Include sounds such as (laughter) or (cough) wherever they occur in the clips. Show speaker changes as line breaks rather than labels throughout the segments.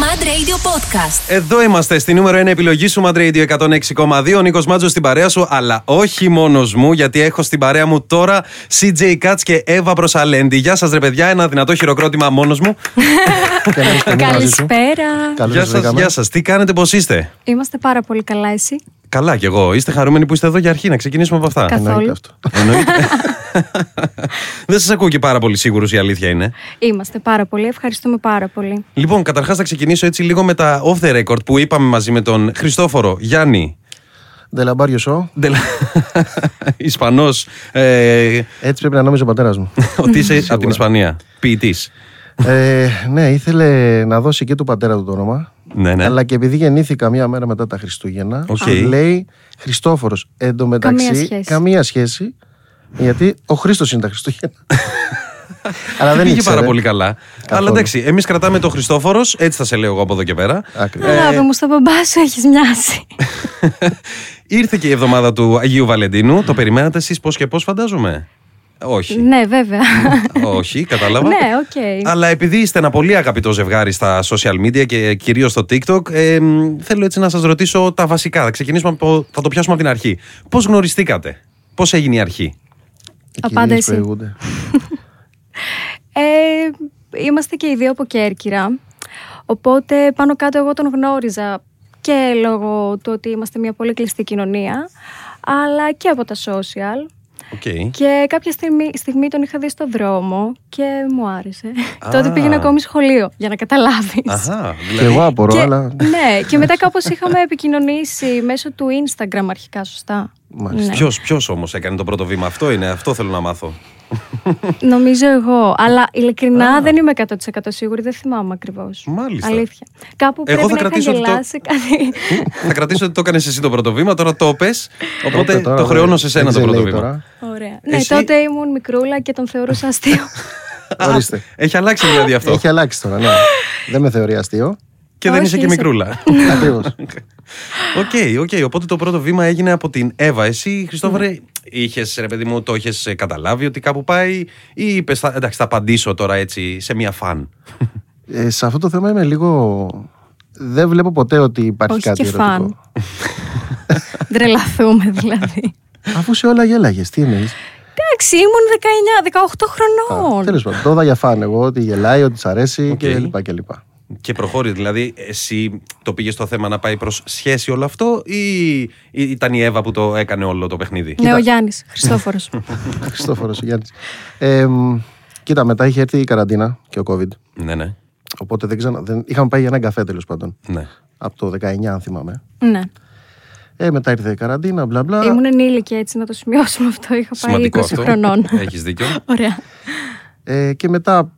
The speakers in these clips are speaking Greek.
Mad Radio Podcast.
Εδώ είμαστε στη νούμερο 1 επιλογή σου, Mad Radio 106,2. Ο Νίκο Μάτζο στην παρέα σου, αλλά όχι μόνος μου, γιατί έχω στην παρέα μου τώρα CJ Katz και Εύα Προσαλέντη. Γεια σας, ρε παιδιά, ένα δυνατό χειροκρότημα μόνος μου.
Και να είστε εμείς μαζί σου.
Καλησπέρα.
Καλώς
γεια
σας
σα,
βρήκαμε.
γεια σας. Τι κάνετε, πώς είστε.
Είμαστε πάρα πολύ καλά, εσύ.
Καλά κι εγώ. Είστε χαρούμενοι που είστε εδώ για αρχή, να ξεκινήσουμε από αυτά.
Καθόλου.
Εννοείται αυτό.
Εννοείται. Δεν σας ακούω και πάρα πολύ σίγουρος, η αλήθεια είναι.
Είμαστε πάρα πολύ. Ευχαριστούμε πάρα πολύ.
Λοιπόν, καταρχάς θα ξεκινήσω έτσι λίγο με τα off the record που είπαμε μαζί με τον Χριστόφορο Γιάννη.
Ντελαμπάριο σο.
(laughs) Ισπανός ε,
Έτσι πρέπει να νόμιζε ο πατέρας
(laughs)
μου.
ότι είσαι από την Ισπανία. Ποιητής.
ε, ναι, ήθελε να δώσει και του πατέρα του το όνομα.
Ναι, ναι.
Αλλά και επειδή γεννήθηκα μία μέρα μετά τα Χριστούγεννα,
Οκ.
λέει Χριστόφορος. Εν τω μεταξύ,
Καμία σχέση.
καμία σχέση, γιατί ο Χρήστος είναι τα Χριστούγεννα.
(laughs)
Αλλά δεν
πήγε
ήξερε.
πάρα πολύ καλά. Αλλά εντάξει, εμείς κρατάμε το Χριστόφορος, έτσι θα σε λέω εγώ από εδώ και πέρα.
Ακριβώς.
Ε... Αγάπη μου, στον μπαμπά σου έχεις μοιάσει.
(laughs) Ήρθε και η εβδομάδα του Αγίου Βαλεντίνου. Το περιμένατε εσείς πώς και πώς, φαντάζομαι. Όχι.
ναι, βέβαια.
Όχι, κατάλαβα.
Ναι, οκ.
Αλλά επειδή είστε ένα πολύ αγαπητό ζευγάρι στα social media και κυρίως στο TikTok, ε, μ, θέλω έτσι να σας ρωτήσω τα βασικά. Θα ξεκινήσουμε από, θα το πιάσουμε από την αρχή. Πώς γνωριστήκατε, Πώς έγινε η αρχή,
Οι
Απάντα
κυρίες
εσύ.
προηγούνται.
ε, είμαστε και οι δύο από Κέρκυρα. Οπότε πάνω κάτω εγώ τον γνώριζα και λόγω του ότι είμαστε μια πολύ κλειστή κοινωνία, αλλά και από τα social.
Οκ.
Και κάποια στιγμή, στιγμή τον είχα δει στον δρόμο και μου άρεσε.
Α.
Τότε πήγαινα ακόμη σχολείο, για να καταλάβεις.
Αχά,
και
δηλαδή.
εγώ απορώ,
Και-
αλλά.
Ναι, και μετά κάπως είχαμε επικοινωνήσει μέσω του Instagram αρχικά, σωστά.
Μάλιστα.
Ναι.
Ποιος ποιος όμως έκανε το πρώτο βήμα, αυτό είναι, αυτό θέλω να μάθω.
Νομίζω εγώ. Αλλά ειλικρινά δεν είμαι 100% σίγουρη, δεν θυμάμαι ακριβώς.
Μάλιστα.
Αλήθεια. Κάπου
Εγώ θα
πρέπει να
κρατήσω
είχα
ότι το-
γελάσει κάτι.
θα κρατήσω ότι το έκανες εσύ το πρώτο βήμα, τώρα το πες. Οπότε
Τότε τώρα
το
δεν-
χρεώνω σε σένα
δεν
το πρώτο
ξελέει
βήμα.
τώρα.
Ωραία. Ναι,
Εσύ-
τότε ήμουν μικρούλα και τον θεωρούσα αστείο.
Α,
Ορίστε.
Έχει αλλάξει δηλαδή αυτό.
Έχει αλλάξει τώρα, ναι. δεν με θεωρεί
(laughs)
αστείο.
Και δεν
Όχι,
είσαι και
είσαι-
μικρούλα.
Ακριβώς.
Οκ, οκ. Οπότε το πρώτο βήμα έγινε από την Εύα. Εσύ, Χριστόφορε, είχες, ρε παιδί μου, το είχες καταλάβει ότι κάπου πάει, ή είπες, εντάξει, θα απαντήσω τώρα έτσι σε μία φαν.
Ε, σε αυτό το θέμα είμαι λίγο. Δεν βλέπω ποτέ ότι υπάρχει
Όχι
κάτι
και
ερωτικό.
φαν. Τρελαθούμε δηλαδή.
Αφού σε όλα γέλαγες, τι εννοείς.
Εντάξει, ήμουν 19-18 χρονών.
Τέλος πάντων, το είδα για φαν εγώ, ότι γελάει, ότι σ' αρέσει
Οκ.
κλπ. κλπ.
Και προχώρησε, δηλαδή, εσύ το πήγες στο θέμα να πάει προς σχέση όλο αυτό, ή ή ήταν η Εύα που το έκανε όλο το παιχνίδι.
Ναι, ο Γιάννης Χριστόφορος.
(laughs)
Χριστόφορος ο Γιάννης. Ε, μ, κοίτα, μετά είχε έρθει η καραντίνα και ο COVID.
Ναι, ναι.
Οπότε δεν ξανα... δεν... είχαμε πάει για έναν καφέ τέλος πάντων.
ναι.
Από το 19, αν θυμάμαι.
ναι.
Ε, μετά ήρθε η καραντίνα, μπλα μπλα.
Ήμουν ενήλικη έτσι, να το σημειώσουμε αυτό. Είχα πάει 20
Σημαντικό αυτό.
χρονών.
Έχεις δίκιο.
Ωραία.
Ε, και μετά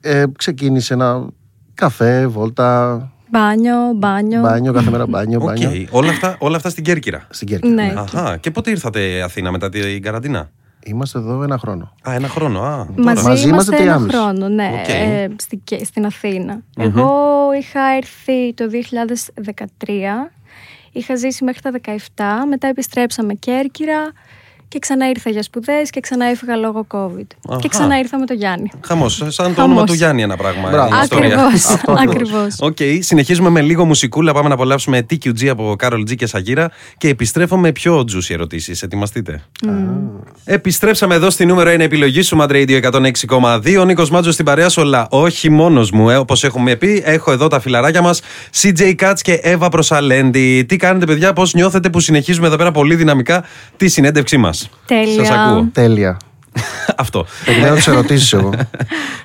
ε, ξεκίνησε ένα καφέ, βόλτα,
Μπάνιο, μπάνιο.
μπάνιο, κάθε μέρα μπάνιο,
Οκ.
μπάνιο.
Όλα, αυτά, όλα αυτά στην Κέρκυρα.
Στην Κέρκυρα.
Ναι.
Αχά. Και πότε ήρθατε Αθήνα μετά την καραντίνα.
Είμαστε εδώ ένα χρόνο.
Α, ένα χρόνο. Α,
Μαζί,
τώρα.
Μαζί
είμαστε
είμαστε
ένα
τρία μισή.
χρόνο, ναι,
Οκ.
ε, στην, και- στην αθηνα Εγώ είχα έρθει το 2013, είχα ζήσει μέχρι τα 17, μετά επιστρέψαμε Κέρκυρα και ξανά ήρθα για σπουδές και ξανά έφυγα λόγω COVID.
Αχα.
Και ξανά ήρθα με τον Γιάννη.
Χαμός. Σαν το
Χαμός.
όνομα του Γιάννη ένα πράγμα.
Μπράβο.
ε, η ιστορία.
(laughs) Ακριβώς,
Αυτό ακριβώς.
ακριβώς.
Οκ, συνεχίζουμε με λίγο μουσικούλα. Πάμε να απολαύσουμε TQG από Carol G και Σαγύρα και επιστρέφω με πιο juicy ερωτήσεις. Ετοιμαστείτε. Επιστρέψαμε εδώ στη νούμερο 1 επιλογή σου, Mad Radio 106,2. Ο Νίκος Μάτζος στην παρέα σου, αλλά όχι μόνος μου. Ε, Όπως έχουμε πει, έχω εδώ τα φιλαράκια μας, CJ Katz και Εύα Προσαλέντη. Τι κάνετε, παιδιά, πώς νιώθετε που συνεχίζουμε εδώ πέρα πολύ δυναμικά τη συνέντευξή μας.
Τέλεια.
Σας ακούω.
Τέλεια.
(laughs) Αυτό.
Περιμένω τι
(laughs)
ερωτήσεις εγώ.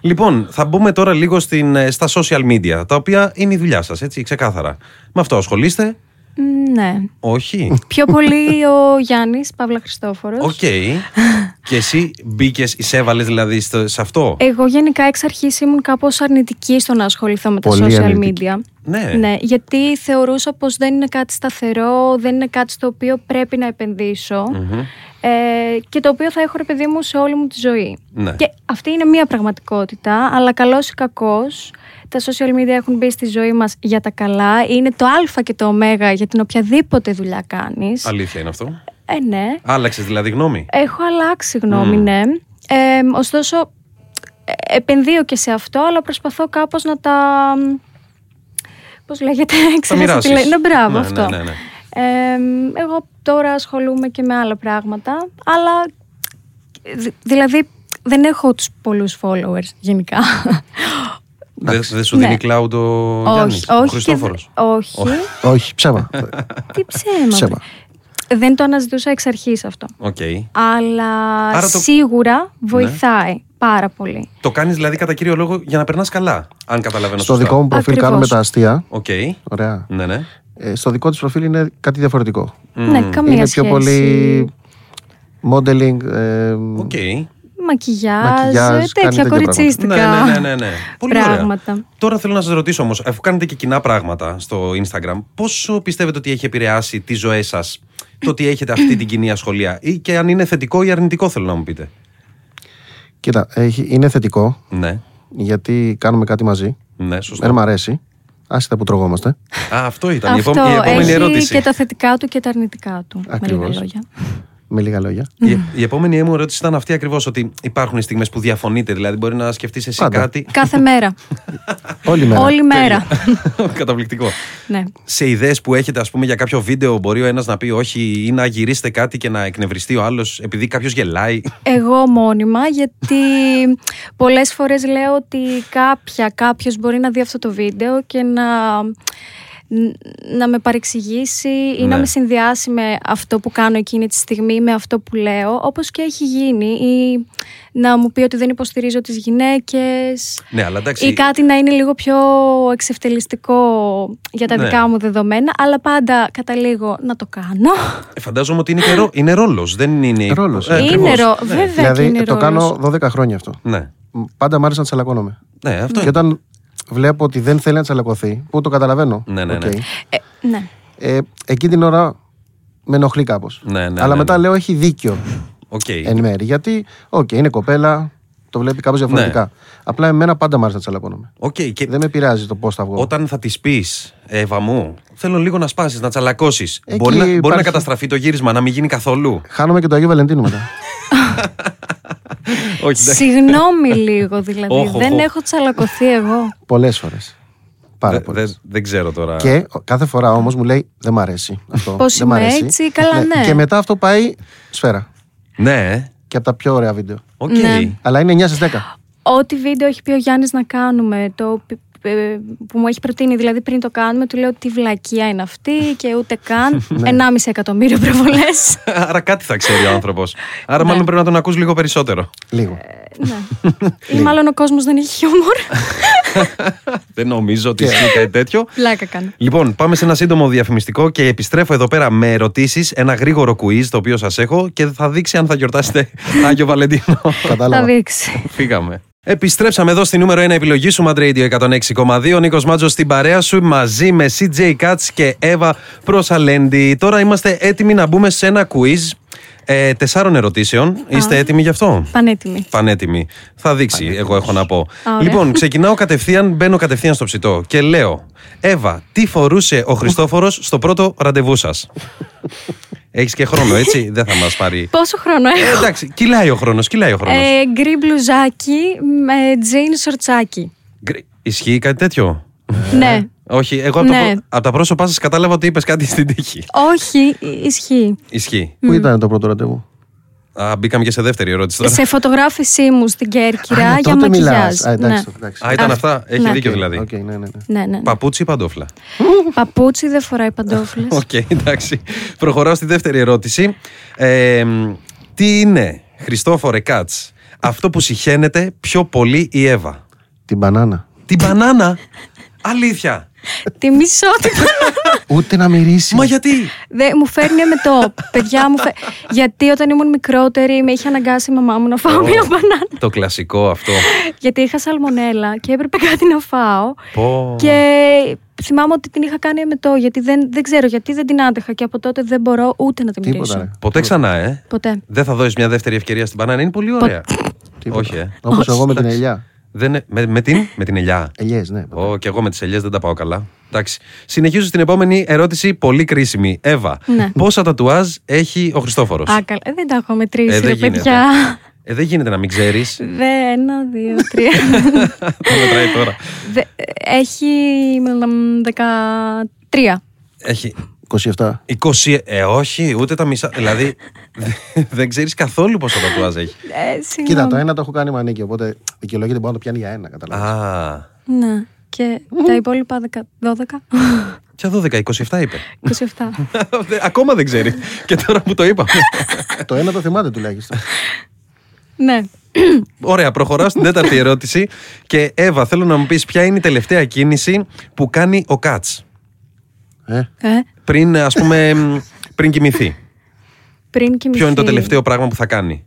Λοιπόν, θα μπούμε τώρα λίγο στην, ε, στα social media, τα οποία είναι η δουλειά σας, έτσι, ξεκάθαρα. Με αυτό ασχολείστε.
Μ, Ναι.
Όχι.
Πιο πολύ ο Γιάννης Παύλα Χριστόφορος.
Οκ. και εσύ μπήκες, εισέβαλες δηλαδή στο- σε αυτό.
Εγώ γενικά εξ αρχής ήμουν κάπως αρνητική στο να ασχοληθώ με τα
Πολύ
social
αρνητική.
media.
Ναι.
γιατί θεωρούσα πως δεν είναι κάτι σταθερό, δεν είναι κάτι στο οποίο πρέπει να επενδυσω ε, και το οποίο θα έχω ρε παιδί μου σε όλη μου τη ζωή.
Ναι.
Και αυτή είναι μία πραγματικότητα, αλλά καλός ή κακός. Τα social media έχουν μπει στη ζωή μας για τα καλά. Είναι το α και το ω για την οποιαδήποτε δουλειά κάνεις.
Αλήθεια είναι αυτό.
Ε, ναι.
Άλλαξες δηλαδή γνώμη.
Έχω αλλάξει
Mm.
γνώμη, ναι. Ε, ωστόσο, ε, επενδύω και σε αυτό, αλλά προσπαθώ κάπως να τα Πώς λέγεται, (laughs) ξέρεις
μοιράσεις.
τι λέει. Ναι, μπράβο
Ναι,
αυτό.
ναι, ναι, ναι.
Ε, εγώ τώρα ασχολούμαι και με άλλα πράγματα, αλλά δη- δηλαδή δεν έχω τους πολλούς followers γενικά.
Δεν δεν σου δίνει
Ναι.
cloud ο Γιάννης,
όχι,
ο
όχι, και,
Χριστόφορος.
δε- όχι.
Όχι, ψέμα.
τι ψέμα.
Ψέμα.
Δεν το αναζητούσα εξ αρχής αυτό.
Οκ.
Αλλά
Άρα το- Ναι.
σίγουρα βοηθάει πάρα πολύ.
Το κάνεις δηλαδή κατά κύριο λόγο για να περνάς καλά, αν καταλαβαίνω
Στο
σωστά.
δικό μου προφίλ
Ακριβώς.
κάνουμε τα αστεία.
Οκ.
Ωραία.
Ναι, ναι.
Ε, στο δικό της προφίλ είναι κάτι διαφορετικό.
Ναι, καμία
είναι
σχέση.
πιο πολύ modeling. ε,
Οκ.
Μακιγιάζ,
Μακιγιάζ,
ε,
κάνει
τέτοια
τέτοια
κοριτσίστικα.
Ναι, ναι, ναι, ναι, ναι. Πολύ ωραία.
πράγματα.
Τώρα θέλω να σας ρωτήσω όμως, αφού κάνετε και κοινά πράγματα στο Instagram, πόσο πιστεύετε ότι έχει επηρεάσει τις ζωές σας το ότι έχετε αυτή την κοινή ασχολία, ή και αν είναι θετικό ή αρνητικό, θέλω να μου πείτε.
Κοίτα, έχει- είναι θετικό
Ναι,
γιατί κάνουμε κάτι μαζί.
ναι, σωστό.
Δεν μ' αρέσει. Άσχετα που τρογόμαστε.
Α, αυτό ήταν η,
Αυτό
επόμε- η επόμενη
έχει
ερώτηση.
και τα θετικά του και τα αρνητικά του. Με
Ακριβώς.
λίγα λόγια.
Με λίγα λόγια.
Η, η επόμενη μου ερώτηση ήταν αυτή ακριβώς, ότι υπάρχουν στιγμές που διαφωνείτε, δηλαδή μπορεί να σκεφτείς εσύ
Πάντα.
κάτι.
Κάθε μέρα.
Όλη μέρα.
Όλη μέρα.
(laughs) Καταπληκτικό.
ναι.
σε ιδέες που έχετε, ας πούμε, για κάποιο βίντεο, μπορεί ο ένας να πει όχι ή να γυρίσετε κάτι και να εκνευριστεί ο άλλος επειδή κάποιος γελάει.
Εγώ μόνιμα, γιατί (laughs) πολλές φορές λέω ότι κάποια, κάποιος μπορεί να δει αυτό το βίντεο και να, να με παρεξηγήσει ή να
Ναι.
με συνδυάσει με αυτό που κάνω εκείνη τη στιγμή, με αυτό που λέω, όπως και έχει γίνει, ή να μου πει ότι δεν υποστηρίζω τις γυναίκες.
ναι, αλλά εντάξει.
Ή κάτι να είναι λίγο πιο εξευτελιστικό για τα
Ναι.
δικά μου δεδομένα, αλλά πάντα καταλήγω να το κάνω.
ε, Φαντάζομαι ότι είναι, και ρο... είναι ρόλος. Δεν είναι.
Ρόλος,
Ε,
ναι.
ακριβώς.
είναι ρο, βέβαια και είναι
δηλαδή το
ρόλος.
κάνω 12 χρόνια αυτό.
Ναι.
Μ, Πάντα μ' άρεσε να τσαλακώνομαι.
ναι, αυτό
Και
είναι.
όταν βλέπω ότι δεν θέλει να τσαλακωθεί, που το καταλαβαίνω.
Ναι, ναι, ναι.
οκ,
Ε, ναι.
ε, εκείνη την ώρα με ενοχλεί κάπως.
Ναι, ναι, ναι,
Αλλά
ναι.
μετά λέω έχει δίκιο
Οκ.
εν μέρη. Γιατί, οκ, είναι κοπέλα, το βλέπει κάπως διαφορετικά.
Ναι.
Απλά εμένα πάντα μ' άρεσε να τσαλακώνομαι.
Οκ, Και
Δεν με πειράζει το πώς θα βγω.
Ε, όταν θα τη πεις, Εύα μου, θέλω λίγο να σπάσεις, να τσαλακώσεις.
Εκεί
Μπορεί, να, μπορεί να
υπάρχει-
καταστραφεί το γύρισμα, να μην γίνει καθόλου.
Χάνομαι και το Αγίου Βαλεντίνου μετά.
όχι, εντάξει.
Συγγνώμη
(laughs)
λίγο δηλαδή.
Όχ, όχ,
δεν
όχ.
έχω τσαλακωθεί εγώ.
Πολλές φορές. Πάρα
Δεν-
πολλέ.
δεν- δεν ξέρω τώρα.
Και κάθε φορά όμως μου λέει Δεν μ' αρέσει αυτό.
Πώς
δεν μ'
είμαι
αρέσει».
έτσι, καλά, ναι.
Και μετά αυτό πάει σφαίρα.
Ναι. ε.
Και από τα πιο ωραία βίντεο.
Οκ.
Ναι.
Αλλά είναι 9 στι 10.
Ό,τι βίντεο έχει πει ο Γιάννης να κάνουμε, το πι- ε, που μου έχει προτείνει δηλαδή πριν το κάνουμε, του λέω τι βλακεία είναι αυτή και ούτε καν.
(laughs) Ναι.
1,5 εκατομμύριο προβολές.
(laughs) Άρα κάτι θα ξέρει ο άνθρωπος. Άρα, μάλλον πρέπει να τον ακούς λίγο
(laughs)
περισσότερο.
Λίγο.
ναι. Ή μάλλον ο κόσμος δεν έχει
(laughs)
χιούμορ.
Δεν νομίζω ότι ισχύει κάτι τέτοιο.
Πλάκα κάνω.
Λοιπόν, πάμε σε ένα σύντομο διαφημιστικό και επιστρέφω εδώ πέρα με ερωτήσεις. Ένα γρήγορο quiz το οποίο σας έχω και θα δείξει αν θα γιορτάσετε Άγιο Βαλεντίνο.
Θα
Κατάλαβα.
δείξει.
Φύγαμε. Επιστρέψαμε εδώ στη νούμερο 1 επιλογή σου, Mad Radio 106,2. Ο Νίκος Μάτζος στην παρέα σου μαζί με CJ Katz και Εύα Προσαλέντη. Τώρα είμαστε έτοιμοι να μπούμε σε ένα quiz ε, τεσσάρων ερωτήσεων. Είστε έτοιμοι γι' αυτό.
Πανέτοιμη.
Πανέτοιμη. Θα δείξει, εγώ έχω να πω.
Ωραία. (laughs)
Λοιπόν, ξεκινάω κατευθείαν, μπαίνω κατευθείαν στο ψητό και λέω: Εύα, τι φορούσε ο Χριστόφορος στο πρώτο ραντεβού σας. Έχεις και χρόνο,
(laughs)
έτσι. Δεν θα μας πάρει.
Πόσο χρόνο
Ε,
έχω.
εντάξει, κυλάει ο χρόνος, κυλάει ο χρόνος.
Ε, γκρι μπλουζάκι με τζιν σορτσάκι.
Ισχύει κάτι τέτοιο.
Ναι.
Όχι, εγώ από,
Ναι.
το, από τα πρόσωπά σας κατάλαβα ότι είπες κάτι στην τύχη.
Όχι, ισχύει.
Ισχύει.
Πού ήταν το πρώτο ραντεβού.
Α, μπήκαμε και σε δεύτερη ερώτηση τώρα.
Σε φωτογράφησή μου στην Κέρκυρα
Α, ναι,
για
τότε
μακιγιάζ.
μιλάς. Α, εντάξει,
ναι.
εντάξει.
Α, ήταν
Α,
αυτά. Έχει
ναι.
δίκιο δηλαδή.
Οκ, ναι, ναι, ναι.
Ναι, ναι.
Παπούτσι ή παντόφλα.
Παπούτσι δεν φοράει παντόφλες.
Οκ, εντάξει. Προχωράω στη δεύτερη ερώτηση. Ε, μ, τι είναι, Χριστόφορε Κάτ, αυτό που συχαίνεται πιο πολύ η Εύα.
Την μπανάνα.
Την μπανάνα. Αλήθεια.
Τη μισό την μπανάνα.
Ούτε να μυρίσει.
Μα γιατί.
Δε, μου φέρνει με το παιδιά μου. φε- Γιατί όταν ήμουν μικρότερη με είχε αναγκάσει η μαμά μου να φάω μια μπανάνα.
Το κλασικό αυτό.
Γιατί είχα σαλμονέλα και έπρεπε κάτι να φάω.
Πω.
Και θυμάμαι ότι την είχα κάνει με το γιατί δεν, δεν ξέρω γιατί δεν την άντεχα και από τότε δεν μπορώ ούτε να τη
Τίποτα,
μυρίσω.
ρε.
Ποτέ ξανά, ε.
Ποτέ.
Δεν θα δώσεις μια δεύτερη ευκαιρία στην μπανάνα. Είναι πολύ ωραία.
Τίποτα.
Όχι, ε.
Όπως εγώ με την ελιά.
Δεν, ε, με, με την, με την ελιά.
Ελιές, ναι.
Ω, και εγώ με τις ελιές δεν τα πάω καλά. Εντάξει. Συνεχίζω στην επόμενη ερώτηση, πολύ κρίσιμη. Εύα,
Ναι.
πόσα τατουάζ έχει ο Χριστόφορος.
Άκαλα. Ε, δεν τα έχω μετρήσει,
Ε, δεν
ρε
γίνεται.
παιδιά.
Ε, δεν γίνεται να μην ξέρεις.
Δε, ένα, δύο, τρία.
(laughs) το μετράει τώρα.
Δε, έχει μ, 13.
Έχει
27.
20. Ε, όχι, ούτε τα μισά. Δηλαδή, (laughs) δε- δεν ξέρεις καθόλου πόσα τατουάζ έχει.
Ε, συγγνώμη.
Κοίτα, το ένα το έχω κάνει μανίκι, οπότε δικαιολογείται μπορεί να το πιάνει για ένα, καταλαβαίνεις.
Α.
Ναι. Και τα υπόλοιπα δεκα- 12.
(laughs) Ποια 12, 27 είπε. (laughs)
27.
Δε- Ακόμα δεν ξέρει. Και τώρα που το (laughs) είπαμε.
το ένα το θυμάται τουλάχιστον.
ναι.
Ωραία, προχωράω στην τέταρτη ερώτηση. Και Εύα, θέλω να μου πεις ποια είναι η τελευταία κίνηση που κάνει ο Κάτ.
ε,
Ε,
Πριν, ας πούμε, μ, πριν κοιμηθεί.
πριν κοιμηθεί.
Ποιο είναι το τελευταίο πράγμα που θα κάνει.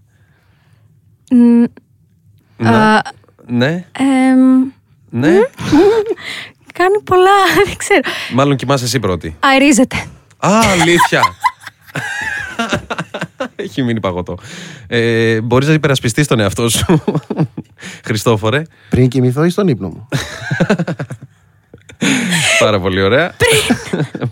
Μ,
Ναι.
α,
Ναι,
εμ, (laughs)
ναι.
κάνει πολλά, (laughs) δεν ξέρω.
Μάλλον κοιμάσαι εσύ πρώτη.
Αερίζεται.
Α, αλήθεια. Έχει μείνει παγωτό. Ε, Μπορείς να υπερασπιστείς τον εαυτό σου, Χριστόφορε.
πριν κοιμηθώ ή στον ύπνο μου.
Πάρα πολύ ωραία.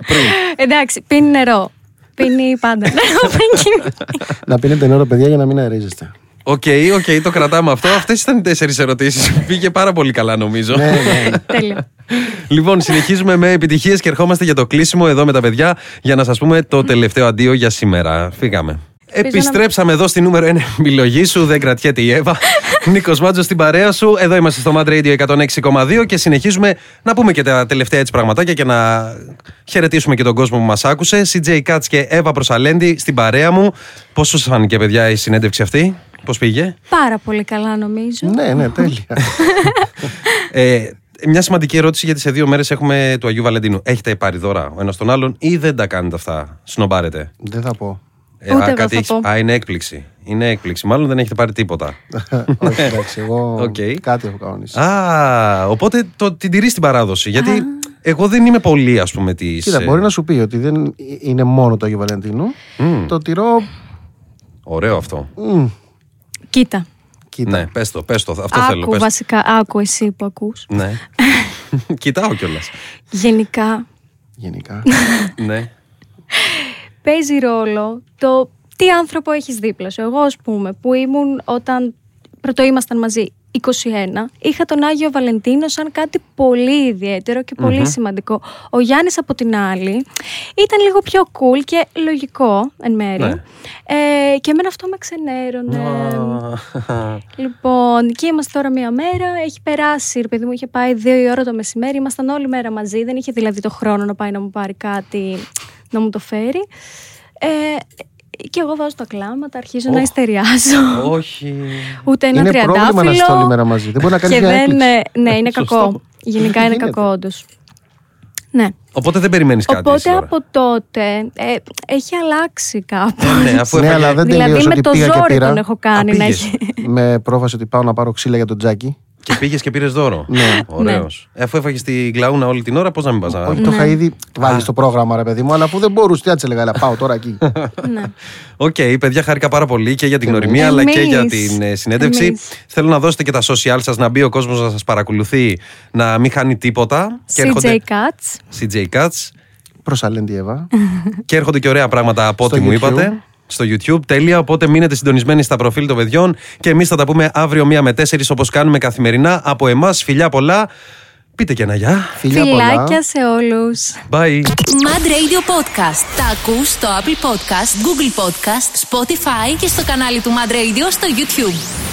Πριν.
Εντάξει, πίνει νερό. Πίνει πάντα νερό (laughs) πριν κοιμηθεί.
(laughs)
να πίνετε νερό, παιδιά, για να μην αερίζεστε.
Οκ, οκ, το κρατάμε αυτό. Αυτές ήταν οι τέσσερις ερωτήσεις. Πήγε πάρα πολύ καλά, νομίζω.
ναι, ναι.
Τέλειο.
λοιπόν, συνεχίζουμε με επιτυχίες και ερχόμαστε για το κλείσιμο εδώ με τα παιδιά για να σας πούμε το τελευταίο αντίο για σήμερα. Φύγαμε. Επιστρέψαμε εδώ στη νούμερο 1 επιλογή σου. Δεν κρατιέται η Εύα. Νίκος Μάτζος στην παρέα σου. Εδώ είμαστε στο Mad Radio 106,2 και συνεχίζουμε να πούμε και τα τελευταία έτσι πραγματάκια και να χαιρετήσουμε και τον κόσμο που μας άκουσε. CJ Katz και Εύα Προσαλέντη στην παρέα μου. Πώς σου φάνηκε, παιδιά, η συνέντευξη αυτή, πώς πήγε.
Πάρα πολύ καλά νομίζω.
ναι, ναι, τέλεια.
Ε, μια σημαντική ερώτηση γιατί σε δύο μέρες έχουμε του Αγίου Βαλεντίνου. Έχετε πάρει δώρα ο ένας τον άλλον ή δεν τα κάνετε αυτά, σνομπάρετε.
Δεν θα πω.
Ε,
Ούτε
α,
εγώ
κάτι
θα
έχει-
πω.
α, είναι έκπληξη. Είναι έκπληξη. Μάλλον δεν έχετε πάρει τίποτα.
Όχι, εντάξει, εγώ
Οκ.
κάτι έχω κανονίσει.
α, οπότε το, την τηρείς την παράδοση. Γιατί εγώ δεν είμαι πολύ, ας πούμε, ε, της.
Κοίτα, μπορεί να σου πει ότι δεν είναι μόνο το Άγιο Βαλεντίνο. Το τυρό.
Ωραίο αυτό.
μ,
Κοίτα.
Κοίτα.
Ναι, πες το, πες το. Αυτό θέλω.
Άκου
Πες. το.
βασικά, άκου εσύ που ακούς.
Ναι.
(laughs)
Κοιτάω κιόλας.
Γενικά
Γενικά.
ναι.
παίζει ρόλο το τι άνθρωπο έχεις δίπλα σου. Εγώ ας πούμε που ήμουν όταν πρώτο ήμασταν μαζί 21, είχα τον Άγιο Βαλεντίνο σαν κάτι πολύ ιδιαίτερο και πολυ σημαντικό. Ο Γιάννης από την άλλη ήταν λίγο πιο cool και λογικό εν μέρει.
Ναι.
Ε, και εμένα αυτό με ξενέρωνε. Λοιπόν, και είμαστε τώρα μία μέρα. Έχει περάσει, ρε παιδί μου, είχε πάει δύο η ώρα το μεσημέρι. Ήμασταν όλη μέρα μαζί. Δεν είχε δηλαδή το χρόνο να πάει να μου πάρει κάτι, να μου το φέρει. Ε, και εγώ βάζω τα κλάματα, αρχίζω να ιστεριάζω.
Όχι.
Ούτε ένα
Είναι
τριαντάφυλλο.
πρόβλημα να είστε όλη μέρα μαζί. Δεν μπορεί να κάνεις
και
μια
δεν,
έκπληξη.
ε, Ναι, είναι
Σωστό.
κακό. Γενικά είναι
Γίνεται.
κακό, όντως. Ναι.
Οπότε δεν περιμένεις κάτι. εσύ
Οπότε
τώρα.
από τότε ε, έχει αλλάξει κάπου.
Ναι,
(laughs)
αφού
Ναι,
έφαγε-
αλλά δεν
δηλαδή
τελείωσε
με
ότι
το
πήγα και
ζόρι
πήρα.
τον έχω κάνει
Α,
να
πήγες.
έχει.
Με πρόφαση ότι πάω να πάρω ξύλα για τον Τζάκι.
Και πήγες και πήρες δώρο.
Ναι.
Ωραίος. Αφού έφαγες την κλαούνα όλη την ώρα, πώς να μην πας να.
Όχι, το είχα ήδη βάλει στο πρόγραμμα, ρε παιδί μου, αλλά που δεν μπορούσε. Τι άτσε λέγα, αλλά πάω τώρα εκεί.
Οκ, παιδιά, χάρηκα πάρα πολύ και για την γνωριμία, αλλά
Εμείς.
και για την ε, συνέντευξη.
Εμείς.
Θέλω να δώσετε και τα social σας, να μπει ο κόσμος να σας παρακολουθεί, να μην χάνει τίποτα. Και
CJ Cuts.
CJ Cuts.
Προσαλέντη Εύα.
και έρχονται και ωραία πράγματα από
Στο
ό,τι μου
YouTube.
είπατε. Στο YouTube, τέλεια. Οπότε μείνετε συντονισμένοι στα προφίλ των παιδιών και εμείς θα τα πούμε αύριο μία με τέσσερις όπως κάνουμε καθημερινά. Από εμάς, φιλιά πολλά. Πείτε και ένα γεια.
Φιλιά πολλά.
Φιλάκια σε όλους.
Bye.
Mad Radio Podcast. Τα ακούς στο Apple Podcast, Google Podcast, Spotify και στο κανάλι του Mad Radio στο YouTube.